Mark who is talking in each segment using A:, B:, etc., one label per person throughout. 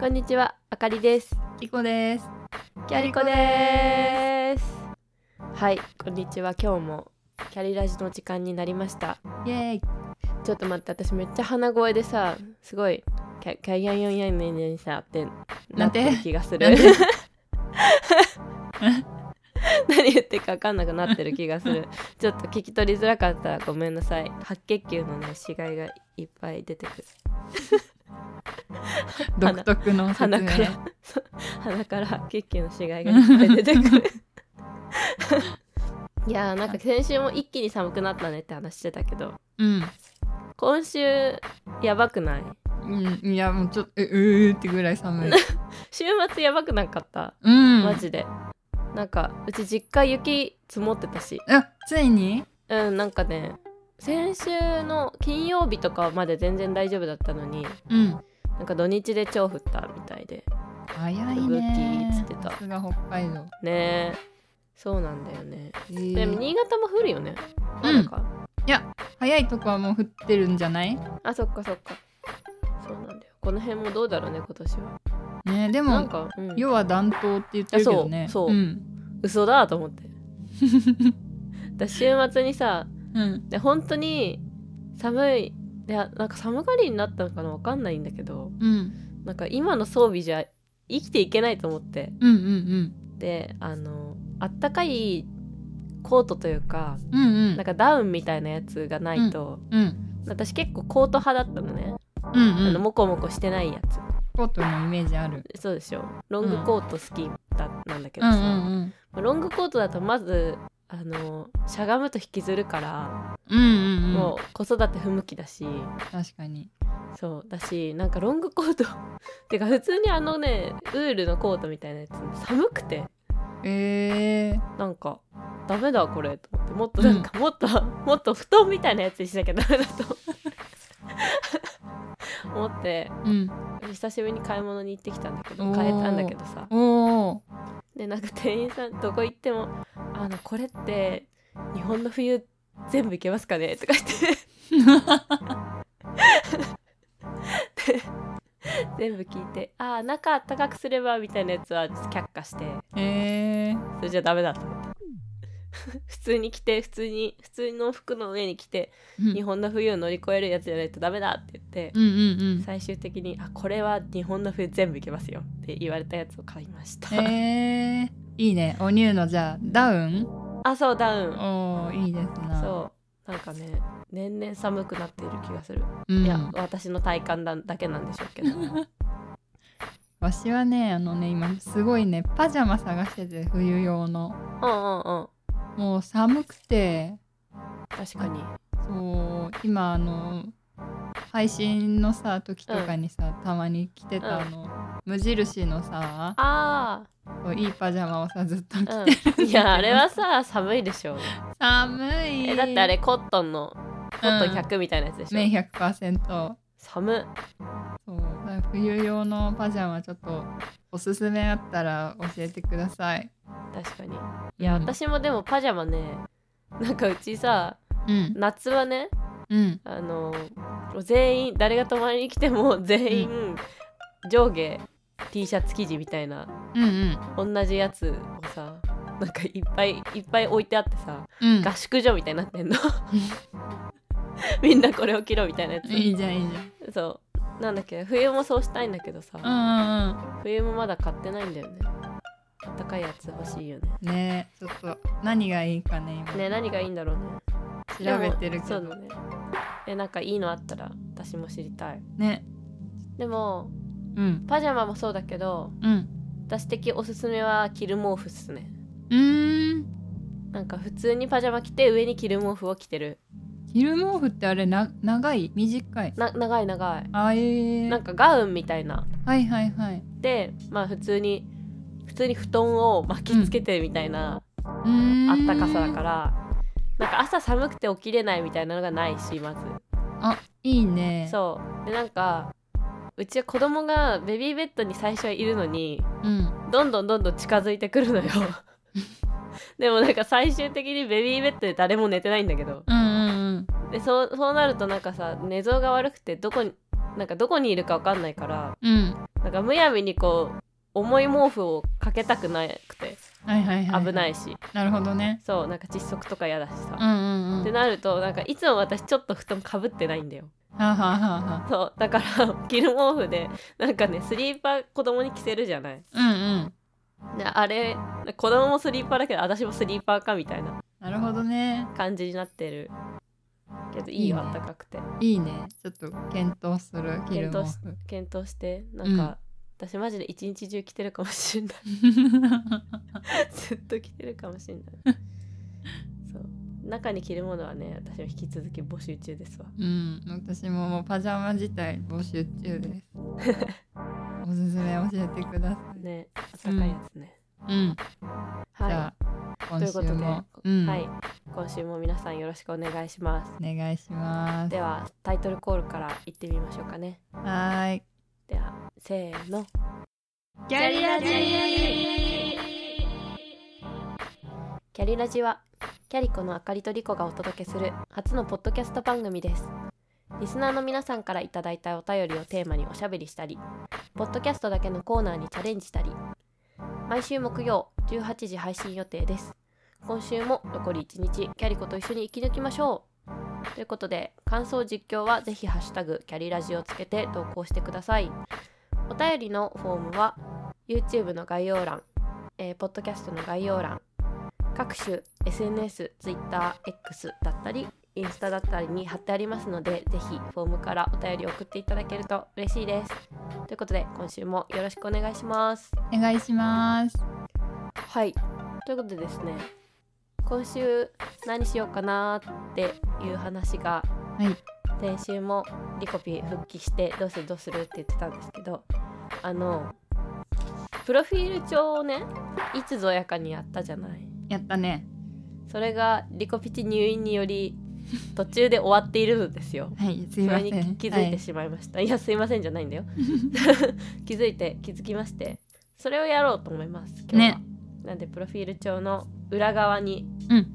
A: こんにちは、あかりです。
B: リコです。
A: キャリコです。はい、こんにちは。今日もキャリラジの時間になりました。
B: イエーイ。
A: ちょっと待って、私めっちゃ鼻声でさ、すごいキャキャイアンヨンヤンメンにさってなってる気がする
B: なん。て
A: 何言ってるか分かんなくなってる気がする。ちょっと聞き取りづらかったらごめんなさい。白血球のね、死骸がいっぱい出てくる。
B: 独特の説明
A: 鼻からそう鼻から白血球の死骸がいっぱい出てくる いやーなんか先週も一気に寒くなったねって話してたけど
B: うん。
A: 今週やばくない
B: うん。いや、もうちょっと、えうーってぐらい 寒い。
A: 週末やばくなかった
B: うん。
A: マジで、なんかうち実家雪積もってたし
B: あ、ついに
A: うんなんかね先週の金曜日とかまで全然大丈夫だったのに
B: うん。
A: なんか土日で超降ったみたいで
B: 早い
A: ブ
B: ね。
A: キーっつってた
B: さすが北海道。
A: ねえそうなんだよね
B: え
A: でも
B: ー、
A: 新潟も降るよねまだか、
B: 早いとこはもう降ってるんじゃない
A: あそっかそっかそうなんだよこの辺もどうだろうね今年は、
B: ねで
A: なん
B: も、
A: か、うん、
B: 要は暖冬って言ってるけどね。。
A: そうそうん嘘だと思ってだ週末にさ
B: うん。
A: で本当に寒いいやなんか寒がりになったのかなわかんないんだけど
B: うん。
A: なんか今の装備じゃ生きていけないと思って
B: うんうん
A: であのあったかいコートというか
B: うん。うんうん。
A: なんかダウンみたいなやつがないと、
B: うん。
A: 私結構コート派だったのね、
B: うん
A: あ
B: う
A: の
B: ん。
A: モコモコしてないやつ
B: コートのイメージある。
A: そうでしょロングコート好きだなんだけ
B: う
A: ど
B: ん
A: さ、
B: うん
A: まあロングコートだとまずあのしゃがむと引きずるから、
B: うん。うんうんうん。
A: もう子育て不向きだし
B: 確かに。
A: そうだしなんかロングコート てか普通にあのねウールのコートみたいなやつ寒くて
B: えー。
A: なんかダメだこれと思ってもっとなんか、もっと もっと布団みたいなやつにしなきゃダメだと 思って
B: うん。
A: 久しぶりに買い物に行ってきたんだけど
B: おー
A: 買えたんだけどさ
B: おお。
A: でなんか店員さんどこ行っても「あのこれって日本の冬全部いけますかね?」とか 言って全部聞いて「ああ中あったかくすれば」みたいなやつは却下して
B: えー、
A: それじゃダメだと思って 普通に着て普通に普通の服の上に着て
B: うん
A: 日本の冬を乗り越えるやつじゃないとダメだって言って
B: うんうん
A: 最終的に「あこれは日本の冬全部いけますよ」って言われたやつを買いました、
B: うん。えー、いいね。お乳のじゃあダウン。
A: あそうダウン
B: おおいいですな。
A: そうなんかね年々寒くなっている気がする、
B: うん。
A: いや私の体感だだけなんでしょうけど
B: わしはねあのね今すごいねパジャマ探してて冬用の
A: うんうんうん
B: もう寒くて
A: 確かに
B: そう今あの配信のさ時とかにさ、たまに着てたあの、無印のさ
A: あ
B: こういいパジャマをさずっと着て
A: あ
B: る、
A: うんい やあれはさ寒いでしょう、ね、
B: 寒い
A: えだってあれコットンのコットン100みたいなやつでしょ、
B: 綿100%
A: 寒
B: そうだから冬用のパジャマちょっとおすすめあったら教えてください。
A: 確かにいや、
B: うん
A: 私もでもパジャマねなんかうちさ
B: うん
A: 夏はね
B: うん
A: あの全員誰が泊まりに来ても全員、上下 T シャツ生地みたいな
B: うんうん
A: 同じやつをさなんかいっぱいいっぱい置いてあってさ、
B: うん
A: 合宿所みたいになってんの みんなこれを着ろみたいなやつ
B: いいじゃんいいじゃん。
A: そうなんだっけ冬もそうしたいんだけどさ、
B: うんうん
A: 冬もまだ買ってないんだよねあったかいやつ欲しいよね
B: うん。ねえちょっと何がいいかね今
A: ね何がいいんだろうね
B: 調べ
A: で
B: てるけど
A: もそうだ
B: ね
A: ねえなんかいいのあったら私も知りたいでも
B: うん
A: パジャマもそうだけど
B: うん
A: 私的おすすめは着る毛布っすね
B: うーん
A: なんか普通にパジャマ着て上に着る毛布を着てる
B: 昼毛布ってあれな長い短い
A: な長い長い
B: あえー、
A: なんかガウンみたいな
B: はいはいはい
A: でまあ普通に普通に布団を巻きつけてみたいな、
B: うーん
A: あったかさだからなんか朝寒くて起きれないみたいなのがないしまず
B: いいね
A: そうでなんかうちは子供がベビーベッドに最初はいるのに
B: ううん
A: どんどんどんどん近づいてく るのよでもなんか最終的にベビーベッドで誰も寝てないんだけど
B: うんうん
A: でそうそうなるとなんかさ寝相が悪くてどこになんかどこにいるか分かんないから
B: うん
A: なんかむやみにこう重い毛布をかけたくなくて
B: はいはいはい、
A: 危ないいし、
B: なるほどね
A: そうなんか窒息とか嫌だしさ、
B: うんうんうん
A: ってなるとなんかいつも私ちょっと布団かぶってないんだよ
B: はあ、はあはあはあ、
A: そうだから 着る毛布でなんかねスリーパー子供に着せるじゃない
B: うんうん
A: であれ子供もスリーパーだけど私もスリーパーかみたいな
B: なるほどね
A: 感じになってるけどいいよ
B: いい
A: あ
B: ね
A: ったかくて
B: いいねちょっと検討する着る毛
A: 検討し
B: 布
A: 検討してなんか、私マジで一日中着てるかもしれない ずっと着てるかもしれないそう中に着るものはね私は引き続き募集中ですわ
B: うん私ももうパジャマ自体募集中 ですおすすめ教えてください、
A: ねあったかいやつね、
B: うんじ
A: は
B: ゃあ今
A: ということ
B: 週
A: で
B: も、
A: い、
B: うん
A: はい今週も皆さんよろしくお願いします
B: お願いします
A: ではタイトルコールから行ってみましょうかね
B: はーい
A: ではせーの
B: キャリア
A: キャリラジはキャリコのあかりとりこがお届けする初のポッドキャスト番組ですリスナーの皆さんからいただいたお便りをテーマにおしゃべりしたりポッドキャストだけのコーナーにチャレンジしたり毎週木曜18時配信予定です今週も残り1日キャリコと一緒に生き抜きましょうということで感想実況はぜひハッシュタグキャリラジをつけて投稿してくださいお便りのフォームは YouTube の概要欄、えーポッドキャストの概要欄各種 SNS、Twitter、X だったり、インスタだったりに貼ってありますので、ぜひフォームからお便り送っていただけると嬉しいです。ということで、今週もよろしくお願いします。
B: お願いします
A: はい。ということでですね、今週何しようかなーっていう話が、
B: い
A: 先週もリコピ復帰してどうするどうするって言ってたんですけど、あの、プロフィール帳をね、いつぞやかにやったじゃない。
B: やったね
A: それがリコピチ入院により途中で終わっているのですよ。
B: はいす
A: そ
B: いま
A: れ
B: せ
A: に
B: ん
A: 気気づいてしまいました。い、やすいませんじゃないんだよ。 気づいて気づきまして、それをやろうと思います。今日は。
B: ね
A: なんでプロフィール帳の裏側に
B: うん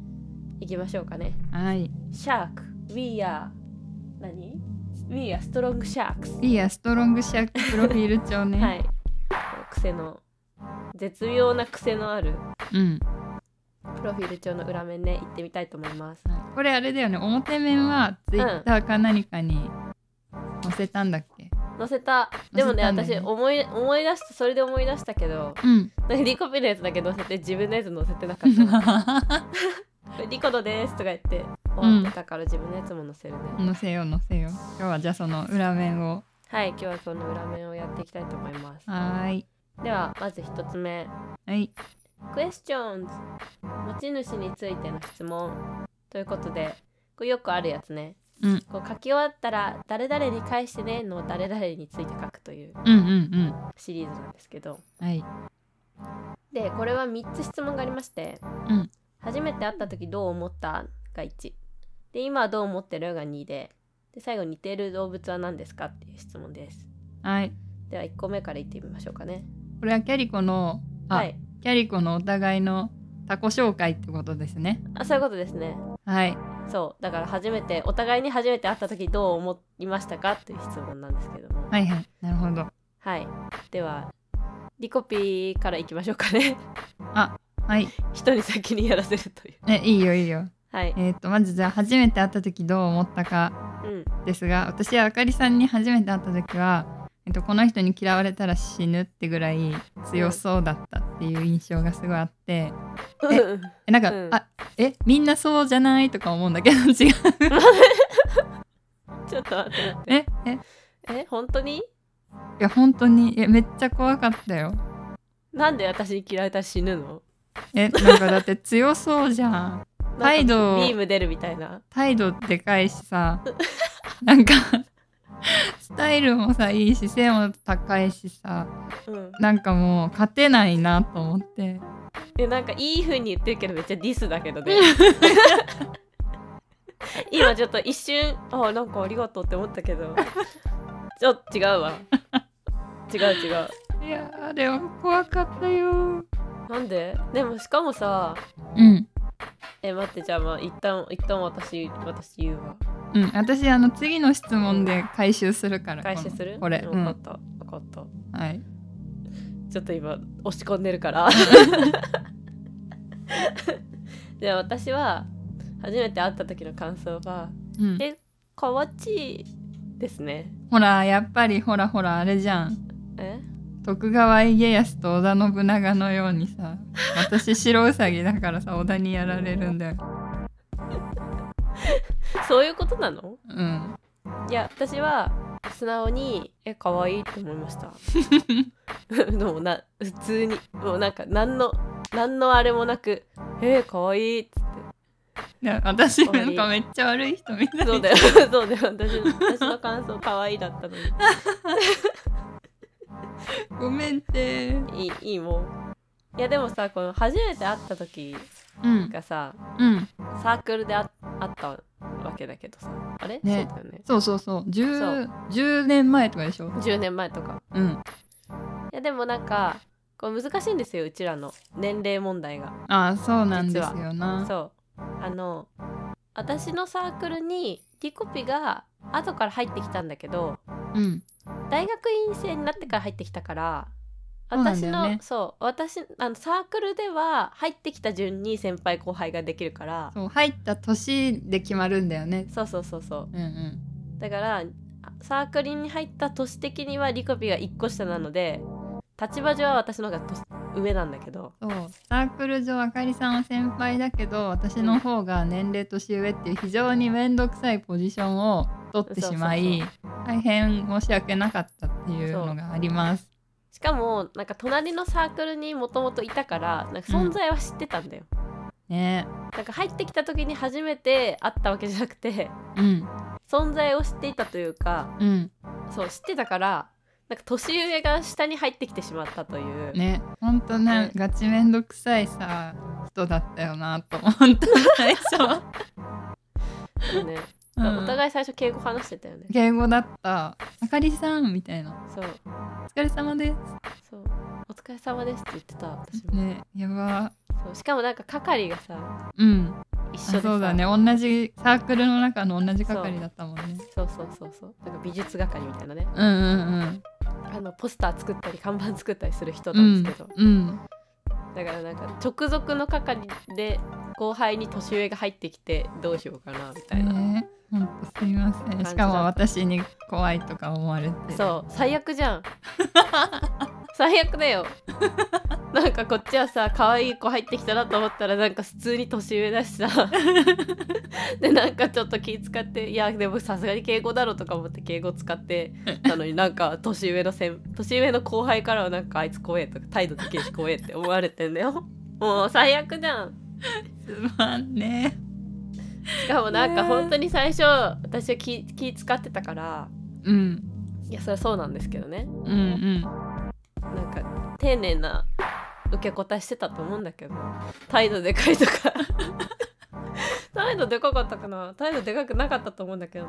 A: 行きましょうかね。
B: はいはい
A: シャーク、We are 何？We are strong sharks。
B: いいやストロングシャークプロフィール帳ね、
A: はい。癖の絶妙な癖のある
B: うん
A: プロフィール帳の裏面ね行ってみたいと思います。
B: これあれだよね表面はツイッターか何かに載せたんだっけ
A: 載せたでもね
B: 載せたんだよね
A: 私思い思い出したそれで思い出したけど
B: うん
A: なんかリコピのやつだけ載せて自分のやつ載せてなかったこれリコのですとか言って終わってたから自分のやつも載せるね、
B: 載せよう載せよう今日はじゃあその裏面を
A: はい今日はその裏面をやっていきたいと思います
B: はーい
A: ではまず一つ目
B: はい
A: クエスチョンズ持ち主についての質問ということでこれよくあるやつね
B: うん
A: こう書き終わったら「誰々に返してね」の「誰々について書く」という
B: うんうん
A: シリーズなんですけど
B: うんはい
A: でこれは3つ質問がありまして、
B: うん
A: 初めて会った時どう思ったが1で今はどう思ってるが2でで最後似てる動物は何ですかっていう質問です
B: はい
A: では1個目からいってみましょうかね
B: これはキャリコのあ、
A: はい
B: キャリコのお互いの他己紹介ってことですね
A: あそういうことですね
B: はい
A: そうだから初めてお互いに初めて会った時どう思いましたかっていう質問なんですけども
B: はいはいなるほど
A: はい、ではリコピーからいきましょうかね
B: はい
A: 人に先にやらせるという
B: えいいよいいよ
A: はい
B: えっ、とまずじゃあ初めて会った時どう思ったか
A: うん
B: ですが私はあかりさんに初めて会った時は、えっと、この人に嫌われたら死ぬってぐらい強そうだったっていう印象がすごいあってええなんか、
A: うん
B: あえみんなそうじゃないとか思うんだけど 違う
A: ちょっと待って 待って
B: ええい
A: え本当に
B: や本当にえめっちゃ怖かったよ
A: なんで私に嫌われたら死ぬの
B: えなんかだ って強そうじゃん態度
A: ビーム出るみたいな
B: 態度でかいしさなんかスタイルもさいいし背も高いしさ
A: うん
B: なんかもう勝てないなと思って
A: えなんかいい風に言ってるけどめっちゃディスだけどね 今ちょっと一瞬あなんかありがとうって思ったけどちょっと違うわ違う違う
B: いやーあれは怖かったよ
A: なんででもしかもさ
B: うん
A: え待ってじゃあまあ一旦一旦私私言うわ
B: うん、私あの次の質問で回収するから
A: 回収する
B: これ、
A: 分
B: うん
A: かった分かった
B: はい、
A: ちょっと今押し込んでるからで私は初めて会った時の感想は
B: うん
A: 「、えかわちい」ですね
B: ほらやっぱりほらほらあれじゃん
A: え
B: 徳川家康と織田信長のようにさ私白うさぎだからさ織田にやられるんだよ
A: そういうことなの
B: うん
A: いや私は素直に「え可愛いって思いました でもな普通にもうなんか何の何のあれもなく「え可愛いっつって
B: で私なんかめっちゃ悪い人みたい
A: そうだよ、そうだよ、私の私の感想可愛いだったのに。
B: ごめんって
A: いい、いいもん。いやでもさ、この初めて会った時
B: うん
A: がさ、
B: うん
A: サークルであ会ったわけだけどさ、あれ、
B: ね
A: そうだよね。
B: そうそうそう 10, 10年前とかでしょ
A: 10年前とか。
B: うん
A: いやでもなんか、こう難しいんですよ、うちらの年齢問題が。
B: ああそうなんですよな
A: そう。あの、私のサークルにティコピが後から入ってきたんだけど、
B: うん
A: 大学院生になってから入ってきたから
B: そうなん
A: 私
B: だよ
A: のそう,、
B: ね
A: 私あのサークルでは入ってきた順に先輩後輩ができるから
B: そう入った年で決まるんだよね
A: そうそうそうそう
B: うんうん
A: だからあサークルに入った年的にはリコピが1個下なので立場上は私の方が年上なんだけど
B: そうサークル上あかりさんは先輩だけど私の方が年齢年上っていう非常に面倒くさいポジションを取ってしまい
A: そ
B: 大変申し訳なかったっていうのがあります。
A: しかもなんか隣のサークルにもともといたからなんか存在は知ってたんだよ、
B: ね
A: なんか入ってきた時に初めて会ったわけじゃなくて
B: うん
A: 存在を知っていたというか
B: うん
A: そう知ってたからなんか年上が下に入ってきてしまったという、
B: ねほんとね
A: ね
B: ガチ面倒くさいさ人だったよなと思った 最 初。
A: そうね
B: う
A: お
B: ん
A: 互い最初敬語話してたよね、
B: 敬語だった「あかりさん」みたいな
A: そう
B: 「お疲れ様で
A: そうお疲れ様ですって言ってた私
B: す」
A: も、
B: ねやば
A: そうしかもなんか係がさ
B: うん
A: 一緒で
B: あ
A: さ
B: そうだね同じサークルの中の同じ係だったもんね
A: そうそうそうそうなんか美術係みたいなね
B: うんうん
A: あのポスター作ったり看板作ったりする人
B: う
A: なん
B: ん
A: ですけど、
B: うん
A: だからなんか直属の係で後輩に年上が入ってきてどうしようかなみたいな、
B: ねえほんとすいませんしかも私に怖いとか思われて
A: そう最悪じゃん 最悪だよなんかこっちはさ可愛い子入ってきたなと思ったらなんか普通に年上だし さでなんかちょっと気使っていやでもさすがに敬語だろうとか思って敬語使ってた のになんか年上のせん年上の後輩からはなんかあいつ怖えとか態度できるし怖えって思われてんだよもう最悪じゃん
B: すまんね
A: しかもなんか
B: ねえ
A: 本当に最初私は気気使ってたから
B: うん
A: いやそれはそうなんですけどね
B: うんうん
A: なんか丁寧な受け答えしてたと思うんだけど態度でかいとか 態度でかかったかな態度でかくなかったと思うんだけど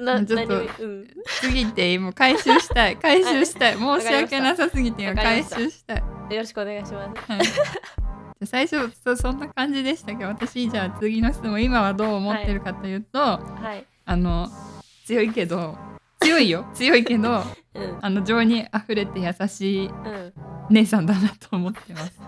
A: なな
B: ちょっと
A: 何うん
B: 過ぎてもう回収したい回収したい申し訳なさすぎて今
A: わかり
B: 回
A: ました
B: 収したい、
A: よろしくお願いします
B: はい、じゃあ最初そそんな感じでしたけど私じゃあ次の質問今はどう思ってるかというと、
A: はい
B: あの強いけど強い よ強いけど
A: うんうん
B: あの情に溢れて優しい姉さんだなと思ってます。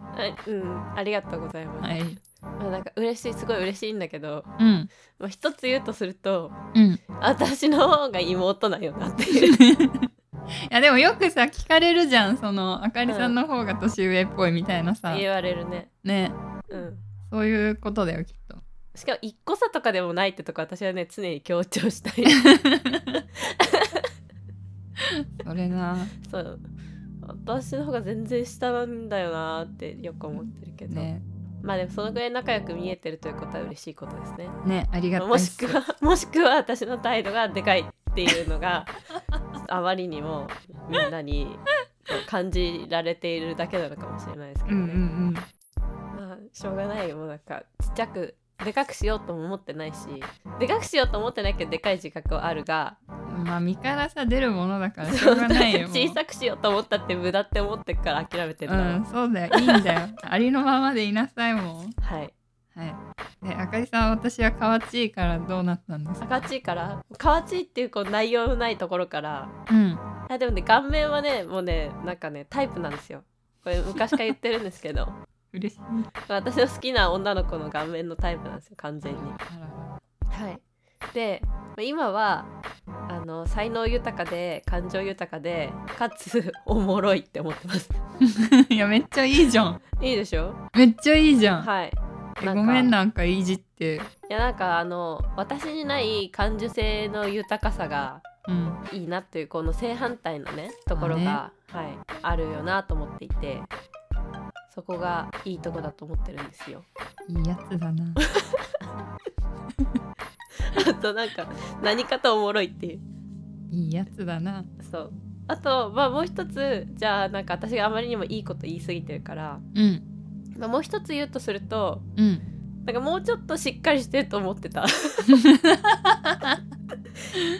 A: あうんありがとうございます、
B: はい。
A: まあなんか嬉しいすごい嬉しいんだけど、
B: うん。
A: まあ、一つ言うとすると
B: うん。い
A: 私の方が妹なんよなって いう
B: やでもよくさ聞かれるじゃんそのあかりさんの方が年上っぽいみたいなさ、
A: 言われるね
B: ね
A: うん
B: そういうことだよきっと。
A: しかも一個差とかでもないってとこ私はね常に強調したい
B: それな
A: そう私の方が全然下なんだよなーってよく思ってるけど、
B: ね
A: まあでもそのぐらい仲良く見えてるということは嬉しいことですね
B: ねありがたいっ
A: もし
B: す
A: くは もしくは私の態度がでかいっていうのが あまりにもみんなに感じられているだけなのかもしれないですけ
B: う
A: ど
B: んう
A: ね、
B: ん
A: まあしょうがないよもうなんかちっちゃくでかくしようとも思ってないしでかくしようと思ってないけどでかい自覚はあるが
B: うん。まあ身からさ出るものだからしょうがないよ。も う
A: 小さくしようと思ったって無駄って思ってっから諦めてる
B: う
A: だろう、
B: んそうだよいいんだよありのままでいなさいもん。
A: はい
B: はい。はい。で、あかりさん、私は河内からどうなったんですか。
A: 赤ちいから河内っていうこう内容のないところから
B: うん。
A: あでもね顔面はねもうねなんかねタイプなんですよこれ昔から言ってるんですけど
B: 嬉しい。
A: 私の好きな女の子の顔面のタイプなんですよ完全に
B: あらら
A: はいで今はあの才能豊かで感情豊かでかつおもろいって思ってます
B: いや、めっちゃいいじゃん。
A: いいでしょ
B: めっちゃいいじゃん。
A: はい
B: え
A: なんか
B: ごめん、なんかいじって。
A: いやなんかあの私にない感受性の豊かさが
B: うん。
A: いいなっていうこの正反対のねところが、はい、あるよなと思っていてそこがいいとこだと思ってるんですよ。
B: いいやつだな。
A: あとなんか何かとおもろいっていう
B: いいやつだな。
A: そうあとまあもう一つじゃあなんか私があまりにもいいこと言い過ぎてるから、
B: うん。
A: まあ、もう一つ言うとすると
B: うん。
A: なんかもうちょっとしっかりしてると思って た。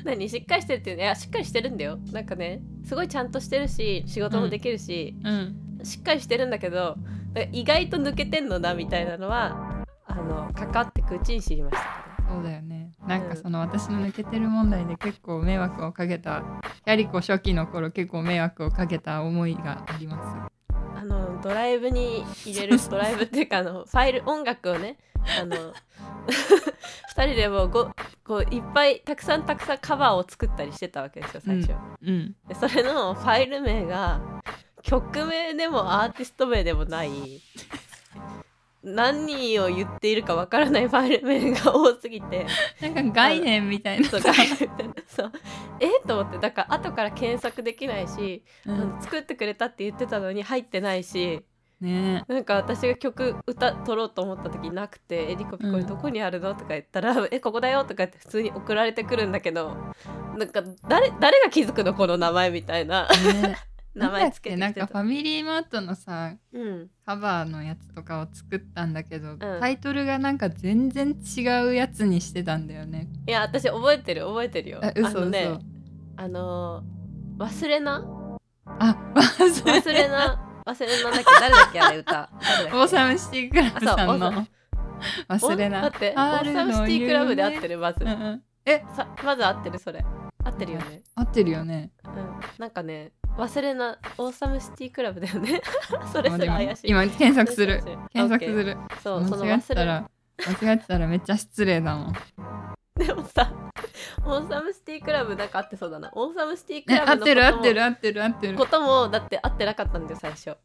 A: 何しっかりしてるっていうのいやしっかりしてるんだよなんかねすごいちゃんとしてるし仕事もできるし、
B: うん。
A: しっかりしてるんだけどなんか意外と抜けてんのなみたいなのはあの関わってくうちに知りましたね
B: そうだよね。なんかその私の抜けてる問題で結構迷惑をかけた。キャリコ初期の頃結構迷惑をかけた思いがあります。
A: あのドライブに入れるドライブっていうかあのファイル音楽をねあの 二人でもうごこういっぱいたくさんたくさんカバーを作ったりしてたわけですよ最初、
B: うん。
A: でそれのファイル名が曲名でもアーティスト名でもない何を言っているかわからないファイル名が多すぎて
B: なんか概念みたい な。
A: そうか そうえと思ってだから後から検索できないし、
B: う
A: あ
B: ん。
A: の作ってくれたって言ってたのに入ってないし
B: ね
A: なんか私が曲歌取ろうと思った時なくて「えりこぴこ
B: う
A: れ
B: ん
A: どこにあるの?」とか言ったら「えここだよ」とかって普通に送られてくるんだけどなんか誰誰が気づくのこの名前みたいな
B: え。ね
A: 名前つけて
B: なん
A: き
B: だ
A: て
B: っけなんかフ
A: た。
B: ァミリーマートのさ
A: うん、
B: カバーのやつとかを作ったんだけど、タイトルがなんか全然違うやつにしてたんだよね。
A: いや私覚えてる覚えてるよ。
B: あ嘘
A: あ
B: 嘘。
A: のねあのー忘れな
B: あ忘れ
A: 忘れな忘れなだっけ誰だっけあれ歌誰だっ け
B: オーサムシティクラブさん
A: あそ
B: の忘れな。
A: お待って、オー
B: 春
A: サム
B: の
A: シティクラブで合って
B: る。
A: る、まず
B: うん。うん
A: さまず合ってる、それ。合ってるよね。
B: 合ってるよね。
A: うん。なんかね、忘れな、オーサムシティクラブだよね。 それ
B: あ
A: す
B: で
A: ら
B: も
A: 怪しい。
B: 今検索す
A: 怪
B: る
A: しい。
B: 検索す。
A: オッケ
B: る。
A: ーそう、その
B: 間違っ
A: 忘
B: てた
A: れ。
B: ら間違ってたらめっちゃ失礼だもん。
A: でもさ、オーサムシティクラブなんか合ってそうだな。オーサムシティク
B: ね
A: ラ
B: 合
A: ブのこ
B: っ
A: とも、
B: てる合ってる合ってる合ってる
A: こ。ともだって合ってなかったんだよ最初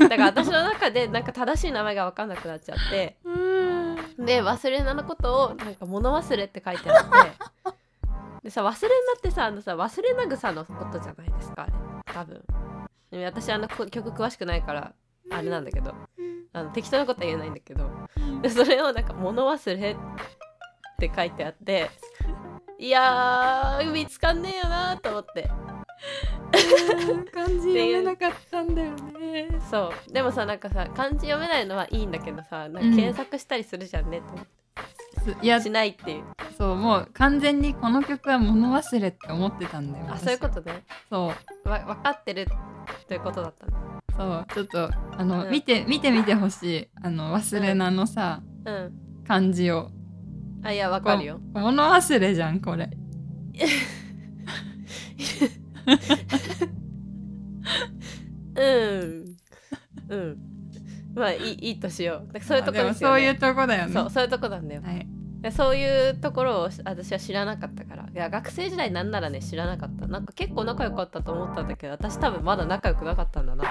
A: だから私の中でなんか正しい名前が分かんなくなっちゃって
B: うん
A: で忘れなのことをなんか物忘れって書いてあって でさ忘れなってさあのさ忘れな草のことじゃないですかあれ多分でも私あのこ曲詳しくないからあれなんだけどあの適当なことは言えないんだけどでそれをなんか物忘れって書いてあっていやー見つかんねえよなーと思って
B: 漢字読めなかったんだよね。
A: そうでもさなんかさ漢字読めないのはいいんだけどさなんか
B: うん
A: 検索したりするじゃんねと思って、
B: いや
A: しないっていう
B: そうもう完全にこの曲は物忘れって思ってたんだよ。
A: あ
B: 私
A: そういうことね
B: そう
A: わ分かってるということだったね
B: そうちょっとあの、
A: うん
B: 見て見てみてほしいあの忘れなのさ、
A: うん
B: 漢字を。
A: あいや分かるよ
B: こ物忘れじゃんこれ。
A: うんうんまあいいいいとしようだからそういうとこ
B: あで
A: ろ
B: も
A: ですよ、
B: そうい
A: ね、
B: うとこだよね。
A: そうそういうとこなんだよ
B: はい。
A: でそういうところを私は知らなかったからいや学生時代なんならね知らなかったなんか結構仲良かったと思ったんだけど私多分まだ仲良くなかったんだなと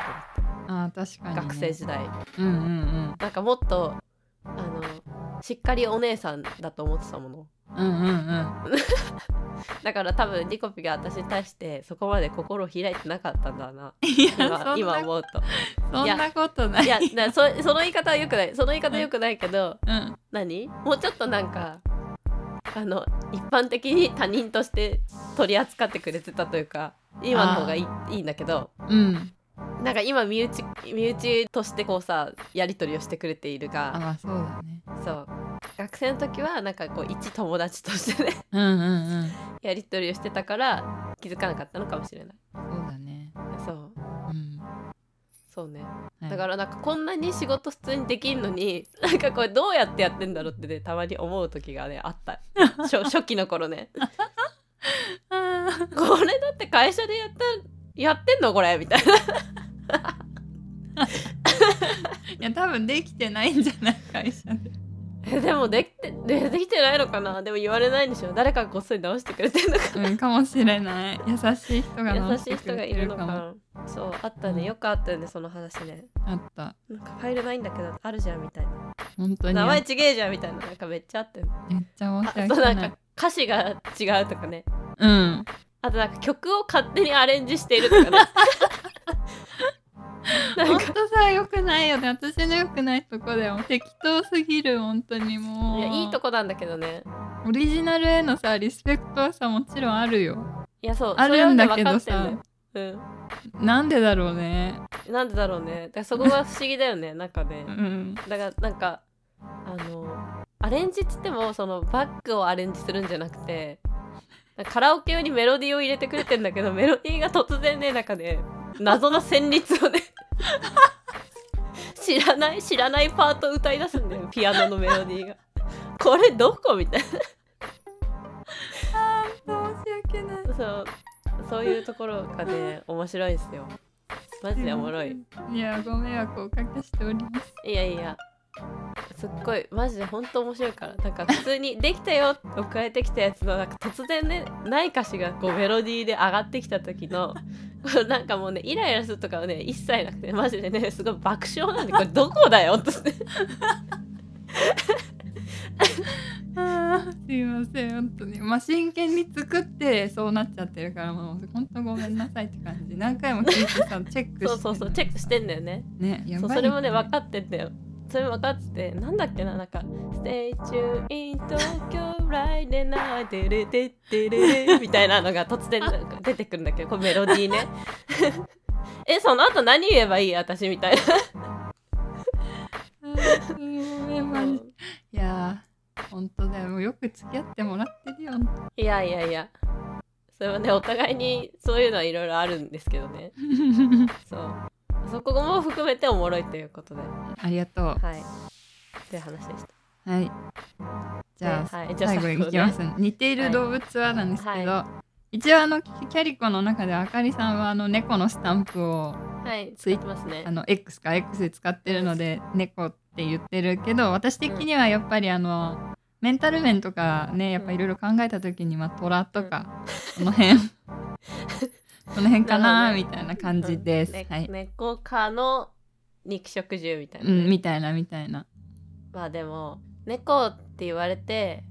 B: あー確
A: 思
B: かに、
A: って、
B: ね。
A: 学生時代
B: うんうん
A: なんかもっとあのしっかりお姉さんだと思ってたもの
B: うんうんうんうん。
A: だから多分リコピが私に対してそこまで心を開いてなかったんだ ない
B: や
A: 今
B: そん
A: 今
B: な
A: 思うと
B: そんなことない。
A: いやなそその言い方はよくないその言い方はよくないけど
B: うん
A: 何もうちょっとなんかあの一般的に他人として取り扱ってくれてたというか今の方がいいいいんだけど
B: うん。
A: なんか今身内身内としてこうさやり取りをしてくれている
B: あ
A: が
B: まあそうだね。
A: そう学生の時はなんかこう一友達としてね
B: うんうんうん。
A: やり取りをしてたから気づかなかったのかもしれない
B: そうだね。
A: そう
B: うん。
A: そうね
B: はい
A: だからなんかこんなに仕事普通にできんの になんかこれどうやってやってんだろうってねたまに思う時がねあった 初初期の頃ね
B: あー
A: これだって会社でやったやってんのこれみたい ない
B: や多分できてないんじゃない会社で
A: えでもできてでできてないのかなでも言われないんでしょ誰かがこっそり直してくれてる のか
B: うんかもしれない優しい人が直
A: 優
B: し
A: しい
B: てく
A: 人が
B: れ
A: い
B: て
A: る
B: る
A: の
B: か
A: か
B: も
A: なそうあったねよくあったよねその話ね
B: あった
A: なんかファイルないんだけどあるじゃんみたいな
B: 本当に
A: 名
B: め
A: 前
B: っ
A: ちげえじゃんみたいななんかめっちゃあったよね
B: ちゃ
A: あ
B: 申し
A: あ
B: 訳
A: とな
B: ない
A: んか歌詞が違うとかね
B: うん
A: あとなんか曲を勝手にアレンジしているとかねなん
B: 本
A: か
B: 当さ良くないよね私の良くないとこだよ適当すぎる本当にも
A: いうやいいとこなんだけどね
B: オリジナルへのさリスペクトはさもちろんあるよ
A: いやそう
B: あるんだけど
A: それはね
B: さ
A: 分かってんだよ
B: なんでだろうね
A: うん、なんでだろうねだからそこが不思議だ よねなんかね
B: うん
A: だからなんかあのアレンジっつってもそのバッグをアレンジするんじゃなくてなんかカラオケ用にメロディーを入れてくれてんだけどメロディーが突然ねなんかね謎の旋律をね 知らない知らないパート歌い出すんだよピアノのメロディーがこれどこみたい
B: 申し訳ない
A: なそうそういうところがね面白いですよマジでおもろい
B: いやご迷惑をおかけしております
A: いやいやすっごいマジで本当面白いからなんか普通に「できたよ」って送られてきたやつのなんか突然ねない歌詞がこうメロディーで上がってきた時の こうなんかもうねイライラするとかはね一切なくてマジでねすごい爆笑なんでこれどこだよって
B: あーすいません本当にまあ真剣に作ってそうなっちゃってるからもう本当ごめんなさいって感じ何回も聞いてさチェックして
A: そうそうそうチェックしてんだよね
B: ねや
A: そ
B: ば
A: う
B: い
A: それもね分
B: っ
A: かってんだよそれも分かっててなんだっけななんか「Stay tuned in Tokyo right now」てれてってれれみたいなのが突然なんか出てくるんだけどこうメロディーね えその後何言えばいい私みたいな
B: ごめんマジいやー本当だよもうよく付き合ってもらって るよ
A: いやいやいやそれはねお互いにそういうのはいろいろあるんですけどねそうそこも含めておもろいということでは
B: ありがとう
A: いという話でした
B: はいじゃあ、
A: はいじゃあ
B: 最後
A: 最
B: い
A: 後ね
B: きます、似ている動物はなんですけど、一応あのキャリコの中であかりさんはあの猫のスタンプを
A: はいついてますね
B: あの X か X で使ってるので猫って言ってるけど私的にはやっぱりあの、メンタル面とかねやっぱいろいろ考えた時にまあ虎とか、この辺この辺かな
A: なる
B: みたいな感じです、
A: ね
B: はい、
A: 猫科の肉食獣みたいな
B: う
A: ね、
B: んみたいなみたいな
A: まあでも猫って言われて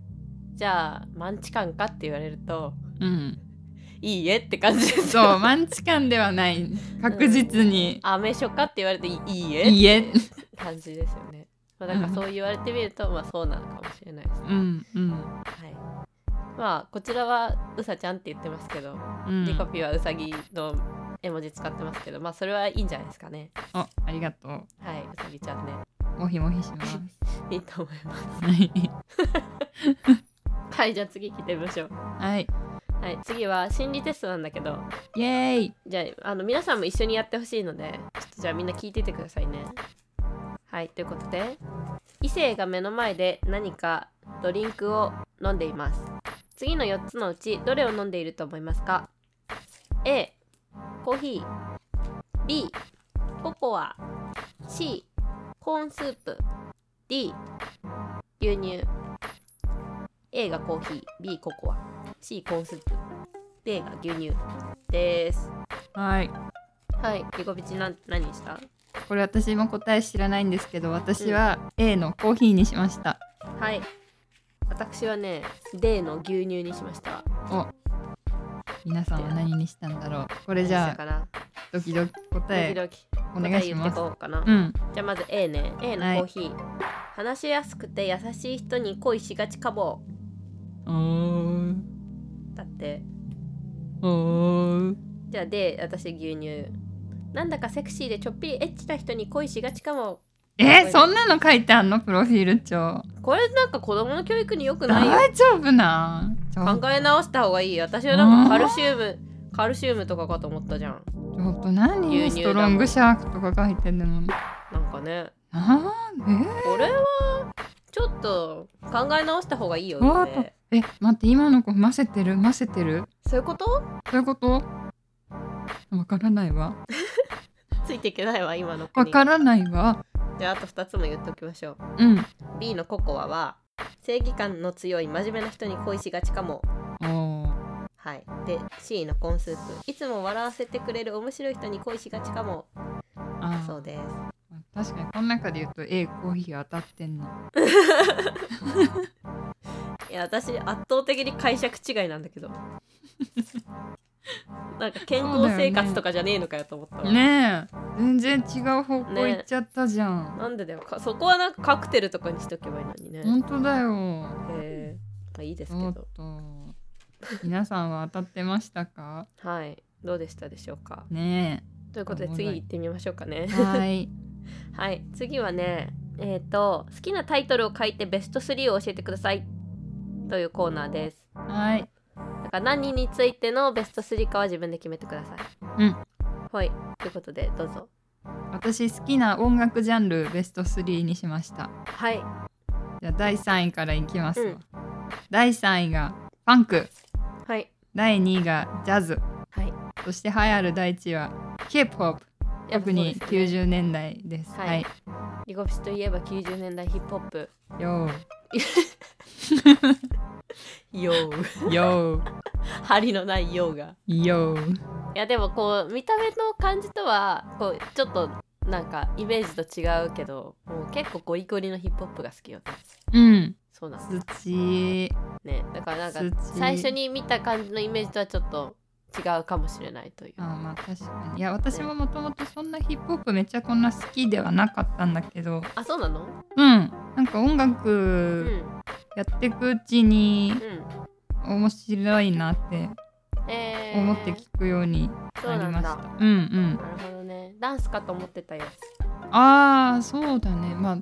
A: じゃあマンチカンかって言われると
B: うん
A: いいえって感じです
B: そう
A: よ
B: マンチカンではない確実に、
A: アメショかって言われていいえ
B: いいえ
A: って感じですよね、まあ、だからそう言われてみると、まあそうなのかもしれないですね、
B: うんうん
A: はいまあこちらはうさちゃんって言ってますけど、
B: うん
A: リコピーはうさぎの絵文字使ってますけどまあそれはいいんじゃないですかね
B: おありがとう
A: はいうさぎちゃんね
B: もひもひします
A: いいと思います
B: はい
A: はいじゃあ次聞いてみましょう
B: はい
A: はい次は心理テストなんだけど
B: イエーイ
A: じゃああの皆さんも一緒にやってほしいのでちょっとじゃあみんな聞いててくださいね。はいということで異性が目の前で何かドリンクを飲んでいます。次の4つのうちどれを飲んでいると思いますか ?A コーヒー B ココア C コーンスープ D 牛乳 A がコーヒー B ココア C コーンスープ D が牛乳です。
B: はい
A: はい、リコピチなん何した？
B: これ私も答え知らないんですけど私は A のコーヒーにしました、
A: はい。私はね、デーの牛乳にしました。
B: お皆さんは何にしたんだろうこれじ
A: 何したか
B: ゃあ
A: な
B: ドキドキ答
A: 時
B: え
A: 々
B: お願いしま
A: 答え言っ
B: す
A: てこうかな。
B: うん
A: じゃあまず A ね、A
B: は
A: の
B: い
A: コーヒー。話しやすくて優しい人に恋しがちかも。
B: おー
A: だって。
B: おー
A: じゃあ D、私牛乳。なんだかセクシーでちょっぴりエッチな人に恋しがちかも。
B: えそんなの書いてあんのプロフィール帳
A: これなんか子供の教育に良くないよ。
B: 大丈夫なんちょ
A: 考え直した方がいいよ。私はなんかカルシウム、カルシウムとかかと思ったじゃん。
B: ちょっと何
A: 牛
B: ス
A: 乳だ
B: ト
A: もん
B: ロングシャークとか書いてんのに
A: なんかね
B: なんで
A: これはちょっと考え直した方がいいよ
B: わーっと
A: ね
B: え待って今の子混ぜてる混ぜてる
A: そういうこと
B: そういうことわからないわ
A: ついていけないわ今の子
B: わ
A: に
B: からないわ
A: じゃああと2つも言っときましょう
B: うん
A: B のココアは正義感の強い真面目な人に恋しがちかも
B: おー
A: はいで C のコーンスープいつも笑わせてくれる面白い人に恋しがちかも
B: あー
A: そうです
B: 確かにこの中で言うと A コーヒー当たってんの
A: いや私圧倒的に解釈違いなんだけど なんか健
B: そう
A: 康
B: だよね
A: 生活とかじゃねえのかよと思ったわ、
B: ねえ全然違う方向行っちゃったじゃん、
A: なんでだよかそこはなんかカクテルとかにしとけばいいのにね、
B: 本当だよ
A: へえまあいいですけ
B: おっ
A: ど
B: と皆さんは当たってましたか
A: はいどうでしたでしょうか
B: ね
A: ということで
B: おもろい
A: 次行ってみましょうかね
B: えはーい
A: はい次はねえっ、と好きなタイトルを書いてベスト3を教えてくださいというコーナーです
B: はい
A: だから何についてのベスト3かは自分で決めてください
B: うん
A: はいということでどうぞ
B: 私好きな音楽ジャンルベスト3にしました
A: はい
B: じゃあ第3位からいきますわ、
A: うん
B: 第3位がパンク
A: はい
B: 第2位がジャズ
A: はい
B: そして栄えある第1位は K-POP
A: やっぱ
B: 特
A: そうで
B: に
A: すね
B: 90年代です
A: はい
B: はい、
A: リゴフシといえば90年代ヒップホップ
B: よ
A: よう
B: ーよ
A: 針のないようが
B: ーよー
A: いやでもこう見た目の感じとはこうちょっとなんかイメージと違うけどもう結構ゴリゴリのヒップホップが好きよね
B: うん
A: そうなんです
B: 土
A: ねだからなんか
B: 土
A: 最初に見た感じのイメージとはちょっと違うかもしれないという
B: あーまあ確かにいや私ももともとそんなヒップホップめっちゃこんな好きではなかったんだけど
A: あそうなの
B: うんなんか
A: う
B: 音
A: んう
B: 楽
A: ん
B: やってくうちに面白いなって
A: えー、
B: 思って聞くように
A: そう
B: な
A: な
B: りま
A: ん
B: した、
A: だ
B: うんうん
A: なるほどねダンスかと思ってたよ
B: ああそうだねまあ
A: う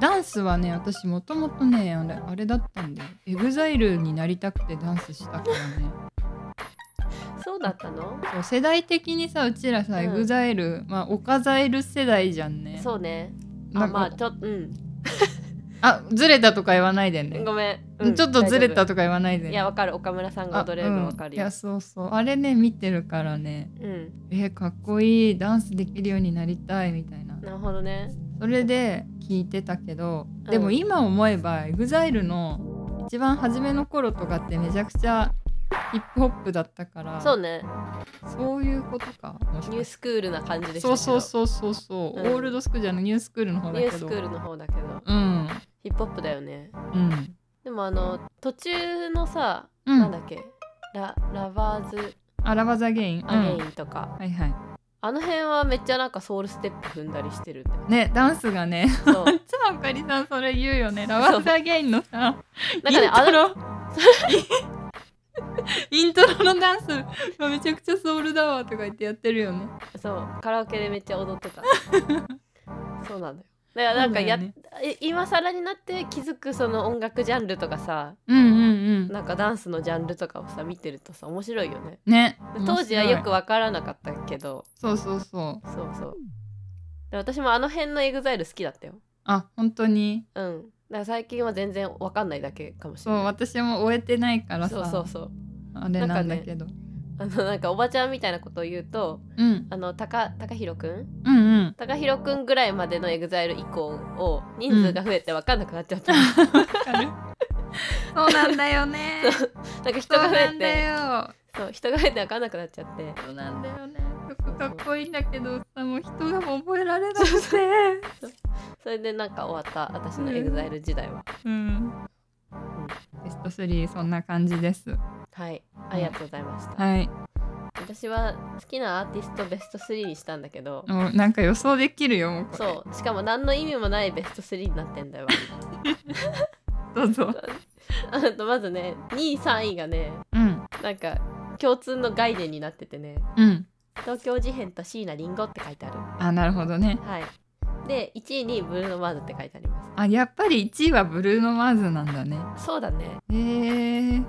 B: ダンスはね私もともとねあれあれだったんだよエグザイルになりたくてダンスした からね
A: んそうだったの
B: そう世代的にさうちらさ
A: うん
B: エグザイルまあオカザイル世代じゃんね
A: そうねあ
B: なんか
A: まあちょっとうん
B: あずれたとか言わないでね、
A: ごめん、うん
B: ちょっとずれた
A: 大丈
B: とか言わない
A: 夫
B: でね
A: いやわかる岡村さんが
B: あ
A: 踊れるのわか
B: うん
A: る
B: い
A: よ
B: や、そうそうあれね見てるからね
A: うん
B: えーかっこいいダンスできるようになりたいみたいな
A: なるほどね。
B: それで聞いてたけど、
A: うん
B: でも今思えば EXILE の一番初めの頃とかってめちゃくちゃヒップホップだったから
A: そうね。
B: そういうことかもし
A: ニュー
B: かして
A: スクールな感じでしたけ
B: そ
A: ど。
B: うそうそうそうそう、
A: うん
B: オールドスクールじゃないニュースクールの方だ
A: ニュ
B: け
A: ース
B: ど
A: クールの方だけど、
B: うん
A: ヒップホップだよね。
B: うん
A: でもあの途中のさ、
B: うん
A: なんだっけ、ララバーズ
B: アラバザゲイン、
A: アゲイ
B: うん
A: ンとか、
B: はいはい
A: あの辺はめっちゃなんかソウルステップ踏んだりしてるんだよ。
B: ねダンスがね
A: そう。なんか
B: いつもあかりさんそれ言うよねラバーザゲインのさ
A: ねあの
B: イントロのダンスがめちゃくちゃソウルだわとか言ってやってるよね
A: そうカラオケでめっちゃ踊ってた。そうなんだよ。だからなんかや、
B: そうだ
A: え今更になって気づくその音楽ジャンルとかさ
B: うんうん
A: なんかダンスのジャンルとかをさ見てるとさ面白いよね
B: うんね
A: 当時はよく
B: 面白い
A: わからなかったけど
B: そうそうそう
A: そうそうで私もあの辺のエグザイル好きだったよ
B: あ本当に
A: うんだから最近は全然わかんないだけかもし
B: そ
A: れ
B: う
A: ない
B: 私も終えてないからさ
A: そうそうそう
B: あれなんだけど、
A: あのなんかおばちゃんみたいなことを言うと
B: うん
A: あのたかたかひろくん
B: うんうん
A: たかひろくんぐらいまでのエグザイル以降を人数が増えてわかんなく なっちゃった、
B: そうなんだ よね
A: なんか人
B: そう
A: が増
B: な
A: え
B: んだ
A: て
B: よ
A: そう人が増えてわかんなくなっちゃって
B: そうなんだよね曲かっこいいんだけどさもう人がもう覚えられなくて
A: それでなんか終わった私のエグザイル時代は、
B: うんベスト3そんな感じです
A: はいありがとうございました、
B: はい
A: 私は好きなアーティストベスト3にしたんだけど、
B: もうなんか予想できるよもうこれ
A: そうしかも何の意味もないベスト3になってんだよ
B: どうぞ
A: あとまずね2位3位がね
B: うん
A: なんか共通の概念になっててね
B: うん
A: 東京事変と椎名林檎って書いてある
B: あなるほどね
A: はいで1位にブルーノ・マーズって書いてありま
B: あやっぱり1位はブルーノ・マーズなんだね
A: すそうだね
B: へえー、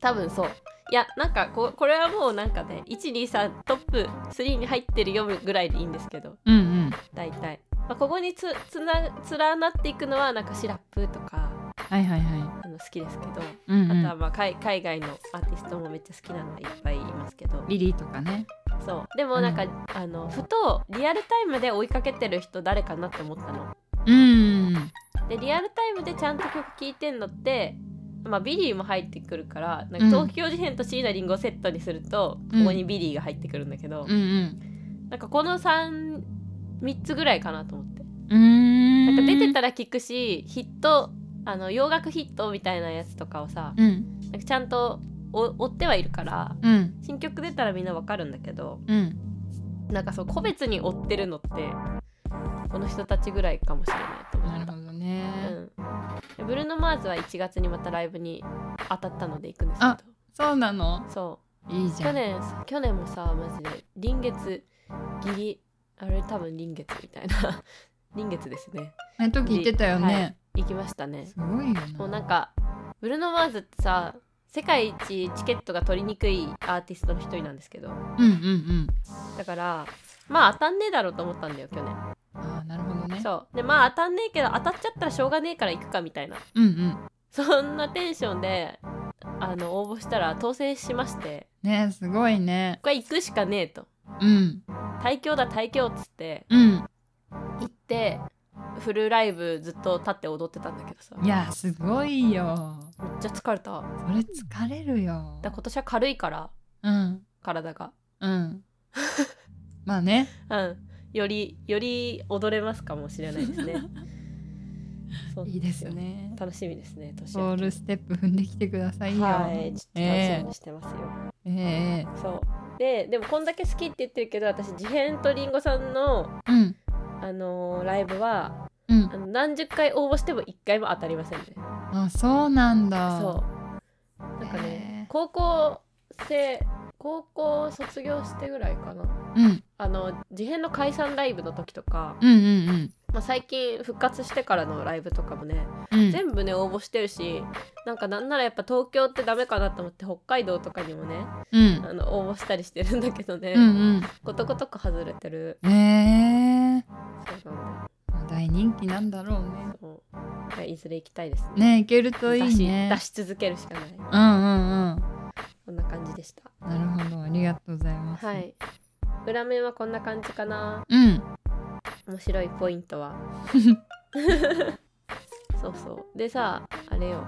A: 多分そういやなんかここれはもうなんかね123トップ3に入ってる読むぐらいでいいんですけど
B: うんうん
A: 大体、まあ、ここにつつな連なっていくのはなんかシラップとか
B: はいはいはい
A: あの好きですけど、
B: うんう
A: あとは
B: ん
A: まあ海海外のアーティストもめっちゃ好きなのでいっぱいいますけど
B: リリーとかね
A: そうでもなんか、
B: う
A: あのふとリアルタイムで追いかけてる人誰かなって思ったの。
B: うん
A: でリアルタイムでちゃんと曲聴いてんのって、まあ、ビリーも入ってくるからなんか
B: う
A: 東
B: ん
A: 京事変と椎名林檎セットにすると、
B: うん
A: ここにビリーが入ってくるんだけど、
B: うんうん
A: なんかこの33つぐらいかなと思って。
B: うーん
A: なんか出てたら聞くしヒットあの洋楽ヒットみたいなやつとかをさ
B: うん
A: なんかちゃんと追追ってはいるから
B: うん
A: 新曲出たらみんなわかるんだけど
B: うん
A: なんかそう個別に追ってるのってこの人たちぐらいかもしれないと思
B: な
A: っ
B: る
A: た
B: ほ。どね、
A: うん、ブルーノ・マーズは1月にまたライブに当たったので行くんですけ
B: あそうなの
A: どそ
B: いいうじゃ
A: 去
B: ん
A: 年去年もさマジで臨月ギリあれ多分臨月みたいな 臨月ですね
B: あの時言ってたよね、
A: 行きましたね
B: すごいよ
A: もう
B: な
A: なんかブルーノ・マーズってさ世界一チケットが取りにくいアーティストの一人なんですけど
B: うんうんうん
A: だからまあ当たんねえだろうと思ったんだよ去年
B: ああなるほどね
A: そうでまあ当たんねえけど当たっちゃったらしょうがねえから行くかみたいな
B: うんうん
A: そんなテンションであの応募したら当選しまして
B: ねすごいね
A: これ行くしかねえと
B: うん
A: 大凶だ大凶っつって
B: うん
A: 行ってフルライブずっと立って踊ってたんだけどさ
B: い
A: めっ
B: やすごいよ
A: ちゃ疲れただか
B: それ疲れるよ
A: ら今年は軽いから
B: うん
A: 体が
B: うんまあね
A: うんよりより踊れますかもしれないです ねそうなん
B: いいです
A: よ
B: ね
A: 楽しみですね年
B: オ
A: 明
B: ールステップ踏んできてください
A: け
B: よ、
A: はいちょっと楽しみにしてますよ、
B: ええ
A: そうででもこんだけ好きって言ってるけど私事変とりんごさんの
B: うん
A: あのーライブは
B: うん
A: あの何十回応募しても1回も当たりませんね。
B: あそうなんだ
A: そうなんか
B: へ
A: ね
B: ー
A: 高校生高校卒業してぐらいかな
B: う、ん、
A: あの事変の解散ライブの時とか、
B: うんうんうん
A: まあ、最近復活してからのライブとかもね
B: うん
A: 全部ね応募してるしなんかなんならやっぱ東京ってダメかなと思って北海道とかにもね
B: うん
A: あの応募したりしてるんだけどね、
B: うん
A: ことごとく外れてる
B: うんええ
A: そうなんだよ
B: 大人気なんだろうね
A: そういやいずれ行きたいですね
B: ねいけるといいね
A: 出し出し続けるしかない
B: うんうんうん
A: こんな感じでした
B: なるほどありがとうございます
A: はい裏面はこんな感じかな
B: うん
A: 面白いポイント はそうそうでさあれよ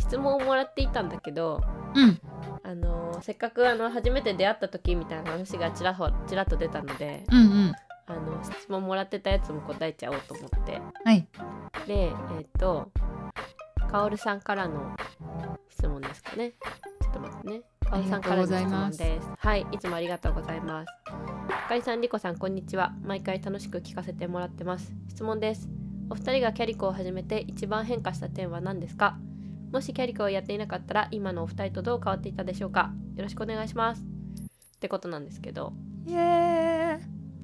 A: 質問をもらっていたんだけど
B: うん
A: あのーせっかくあの初めて出会った時みたいな話がちらほちらっと出たので
B: うんうん
A: あの質問もらってたやつも答えちゃおうと思って
B: はい
A: でえっ、とカオルさんからの質問ですかねちょっと待ってねカオルさんからの質問
B: あり
A: ですはいいつもありがとうございますあかりさんりこさんこんにちは毎回楽しく聞かせてもらってます質問ですお二人がキャリコを始めて一番変化した点は何ですかもしキャリコをやっていなかったら今のお二人とどう変わっていたでしょうかよろしくお願いしますってことなんですけど
B: イエー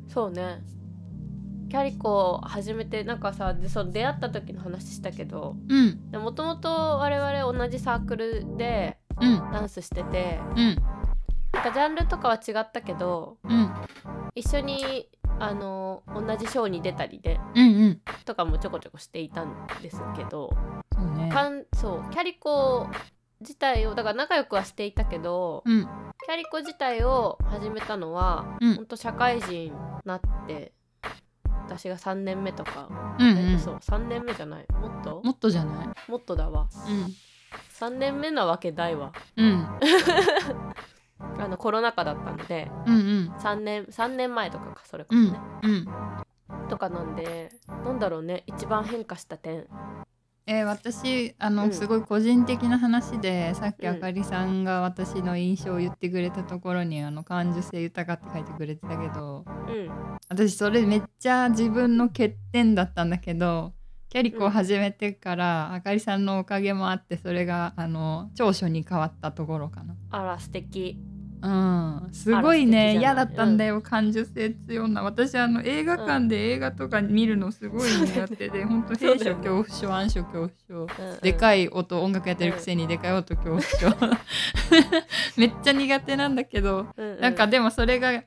A: そうねキャリコを始めてなんかさでその出会った時の話したけど
B: うん
A: もともと我々同じサークルで
B: うん
A: ダンスしてて
B: うん
A: なんかジャンルとかは違ったけど
B: うん
A: 一緒にあの同じショーに出たりで
B: うんうん
A: とかもちょこちょこしていたんですけど
B: そうね
A: かんそうキャリコ自体をだから仲良くはしていたけど、
B: うん
A: キャリコ自体を始めたのは、
B: うん
A: ほんと社会人になって私が3年目とか、
B: うんうん
A: そう3年目じゃないもっと
B: もっとじゃない
A: もっとだわ3年目なわけないわ
B: うんうん
A: あのコロナ禍だったので
B: うんうん
A: 3年3年前とかかそれこそね、
B: うん
A: とかなんでなんだろうね一番変化した点
B: えー私あの、
A: うん
B: すごい個人的な話でさっ
A: う
B: き
A: ん
B: あかりさんが私の印象を言ってくれたところに「あの感受性豊か」って書いてくれてたけど
A: うん
B: 私それめっちゃ自分の欠点だったんだけどキャリコ
A: う
B: を
A: ん
B: 始めてから、あかりさんのおかげもあってそれがあの長所に変わったところかな。
A: あら素敵
B: うん、すごい
A: あ
B: ね
A: ら素敵じゃない
B: 嫌だったんだよ、感受性強いな私あの映画館で映画とか見るのすごい苦手で、ほんと
A: そう
B: 閉
A: だよ
B: 所
A: ね
B: 恐怖症暗所恐怖症
A: うんうん
B: でかい音音楽やってるくせにでかい音恐怖症 めっちゃ苦手なんだけど
A: うう
B: なんかでもそれが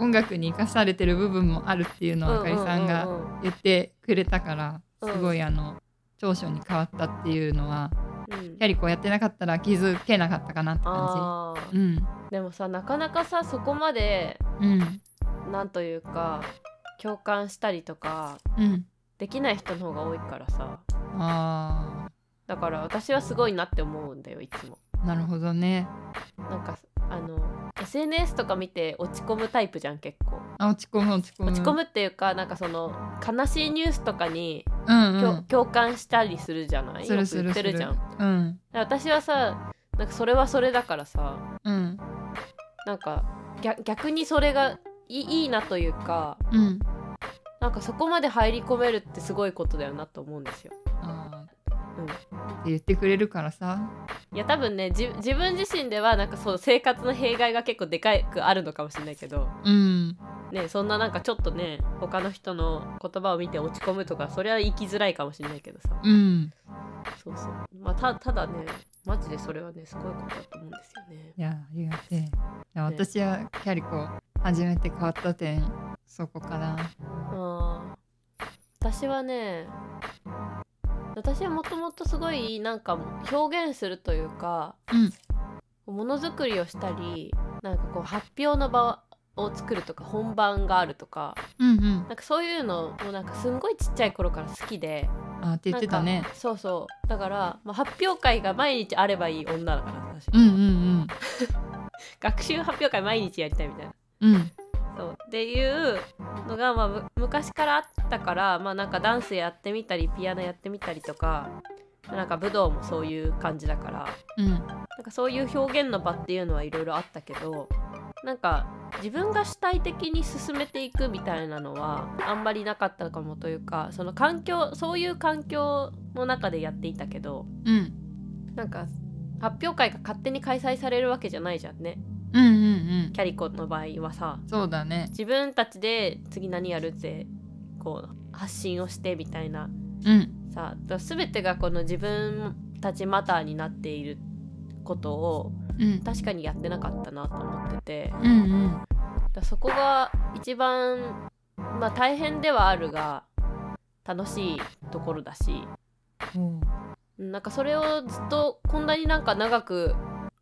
B: 音楽に生かされてる部分もあるっていうのをあかりさん
A: う
B: が
A: ううん
B: 言ってくれたから
A: う
B: す
A: ん
B: ごいあの長所に変わったっていうのは
A: うん
B: キャリコやってなかったら気づけなかったかなって感
A: あー
B: じ。うん
A: でもさなかなかさそこまで
B: うん
A: なんというか共感したりとか
B: うん
A: できない人の方が多いからさ
B: あ
A: だから私はすごいなって思うんだよいつも
B: ーなるほどね
A: なんかあの SNS とか見て落ち込むタイプじゃん結構
B: あ落ち込む落ち込む
A: 落ち込むっていうかなんかその悲しいニュースとかに
B: うん
A: き
B: う
A: ょ
B: ん
A: 共感したりするじゃない
B: するす
A: よく言
B: る
A: って
B: する
A: るじゃんだか
B: うん
A: ら私はさなんかそれはそれだからさ
B: うん
A: なんか逆逆にそれがいいいいなというか
B: うん
A: なんかそこまで入り込めるってすごいことだよなと思うんですよ。
B: あー
A: うん
B: って言ってくれるからさ
A: いや多分ねじ自分自身ではなんかそう生活の弊害が結構でかくあるのかもしれないけど、
B: うん
A: ね、そんななんかちょっとね他の人の言葉を見て落ち込むとかそれは生きづらいかもしれないけどさ、
B: うん
A: そうそうまあたただねマジでそれはねすごいことだと思うんですよね。
B: いやありがてえいや私はキャリコ初めて変わった点そこかな
A: あー私はね私はもともとすごいなんか表現するというか
B: うん
A: ものづくりをしたりなんかこう発表の場を作るとか本番があるとか
B: うんうん
A: なんかそういうのもなんかすんごいちっちゃい頃から好きで
B: あーって言ってた
A: なん
B: ね
A: かそうそうだから、まあ、発表会が毎日あればいい女だから私、
B: うんうん
A: 学習発表会毎日やりたいみたいな
B: うんうん
A: そうっていうのが、まあむ、昔からあったから、まあ、なんかダンスやってみたりピアノやってみたりとかなんか武道もそういう感じだから
B: うん
A: なんかそういう表現の場っていうのはいろいろあったけどなんか自分が主体的に進めていくみたいなのはあんまりなかったかもというかその環境そういう環境の中でやっていたけど
B: うん
A: なんか発表会が勝手に開催されるわけじゃないじゃんね
B: うんうんうん
A: キャリコの場合はさ。
B: そうだね
A: 自分たちで次何やるってこう発信をしてみたいな
B: うん
A: さだ全てがこの自分たちマターになっていることを
B: うん
A: 確かにやってなかったなと思ってて
B: うんうん
A: だそこが一番、まあ、大変ではあるが楽しいところだし
B: おう
A: うんなんかそれをずっとこんなになんか長く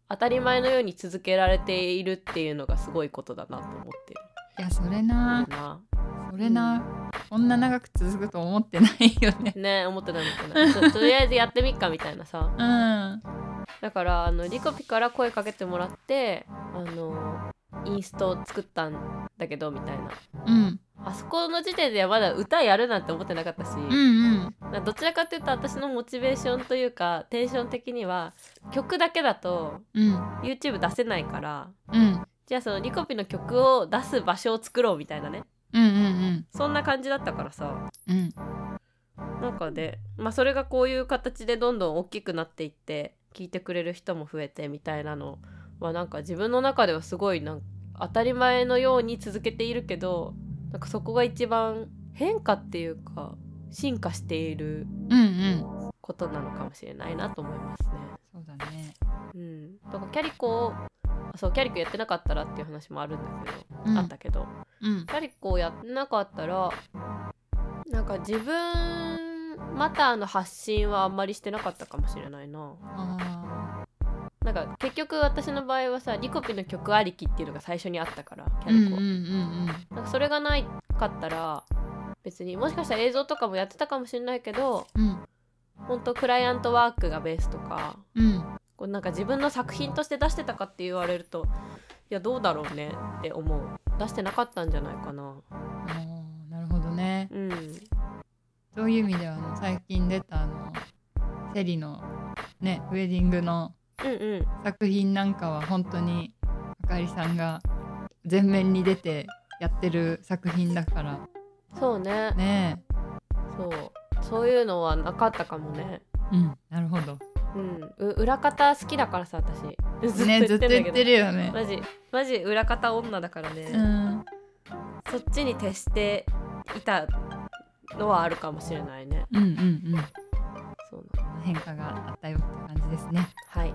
A: 当たり前のように続けられているっていうのがすごいことだなと思ってる
B: いやそれな
A: な。
B: それなこんな長く続くと思ってないよね
A: ね思ってない思ってないちょとりあえずやってみっかみたいなさ
B: うん
A: だからあのリコピから声かけてもらってあのインストを作ったんだけどみたいな
B: うん
A: あそこの時点ではまだ歌やるなんて思ってなかったし、
B: うんうん
A: なんかどちらかっていうと私のモチベーションというかテンション的には曲だけだと
B: うん
A: YouTube 出せないから
B: うん
A: じゃあそのリコピの曲を出す場所を作ろうみたいなね
B: うんうん
A: そんな感じだったからさ
B: うん
A: なんかで、まあ、それがこういう形でどんどん大きくなっていって聞いてくれる人も増えてみたいなのはなんか自分の中ではすごいなんか当たり前のように続けているけどなんかそこが一番変化っていうか進化している
B: うんうん
A: ことなのかもしれないなと思いますね。
B: そうだね
A: うん、だからキャリコをあそうキャリコやってなかったらっていう話もあるんだけど、
B: うん
A: あったけど
B: うん
A: やっぱりこうやってなかったらなんか自分マターの発信はあんまりしてなかったかもしれないな
B: あ
A: なんか結局私の場合はさリコピの曲ありきっていうのが最初にあったからキ
B: ー
A: ャリコは、
B: うんうん
A: なんかそれがないかったら別にもしかしたら映像とかもやってたかもしれないけど
B: うんうん
A: 本当クライアントワークがベースとか
B: うん
A: こうなんか自分の作品として出してたかって言われるといやどうだろうねって思う出してなかったんじゃないかな
B: あーなるほどね
A: うん
B: そういう意味ではあの最近出たあのセリのねウェディングの
A: うんうん
B: 作品なんかは本当にあかりさんが前面に出てやってる作品だから
A: そうね
B: ね
A: そうそういうのはなかったかもね
B: うんなるほど
A: うんう裏方好きだからさ私
B: ねずっと言っ
A: る
B: てるよね。
A: マジマジ裏方女だからね、
B: うん、
A: そっちに徹していたのはあるかもしれないね
B: うん、うん、うん。
A: そうなの
B: 変化があったよって感じですね。
A: はい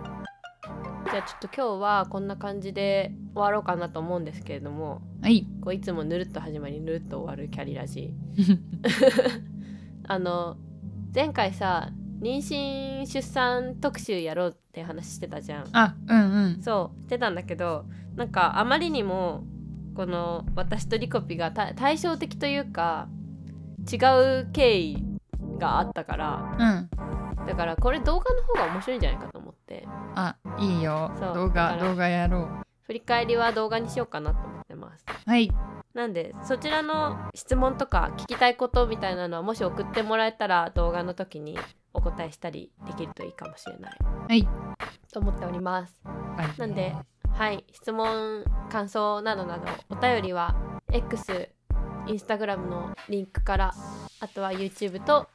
A: じゃあちょっと今日はこんな感じで終わろうかなと思うんですけれども
B: はい。
A: こういつもぬるっと始まりぬるっと終わるキャリラジあの前回さ妊娠出産特集やろうって話してたじゃん
B: あ、うん、うん。
A: そうしてたんだけどなんかあまりにもこの私とリコピがた対照的というか違う経緯があったから
B: うん。
A: だからこれ動画の方が面白いんじゃないかと思って
B: あ、いいよ
A: そ。う
B: 動
A: だ
B: 画、
A: から
B: 動画やろう。
A: 振り返りは動画にしようかなと思ってます
B: はい。
A: なんでそちらの質問とか聞きたいことみたいなのはもし送ってもらえたら動画の時にお答えしたりできるといいかもしれない
B: はい。
A: と思っておりますなんではい質問感想などなどお便りは X インスタグラムのリンクからあとは YouTube と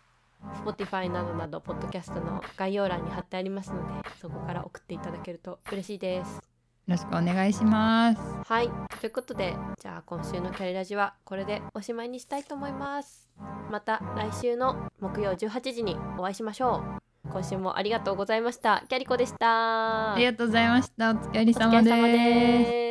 A: Spotify などなどポッドキャストの概要欄に貼ってありますのでそこから送っていただけると嬉しいです
B: よろしくお願いします。
A: はいということでじゃあ今週のキャリラジはこれでおしまいにしたいと思いますまた来週の木曜18時にお会いしましょう今週もありがとうございましたキャリコでした
B: ありがとうございました。お疲れ
A: お疲
B: 様
A: れ
B: です。
A: 様です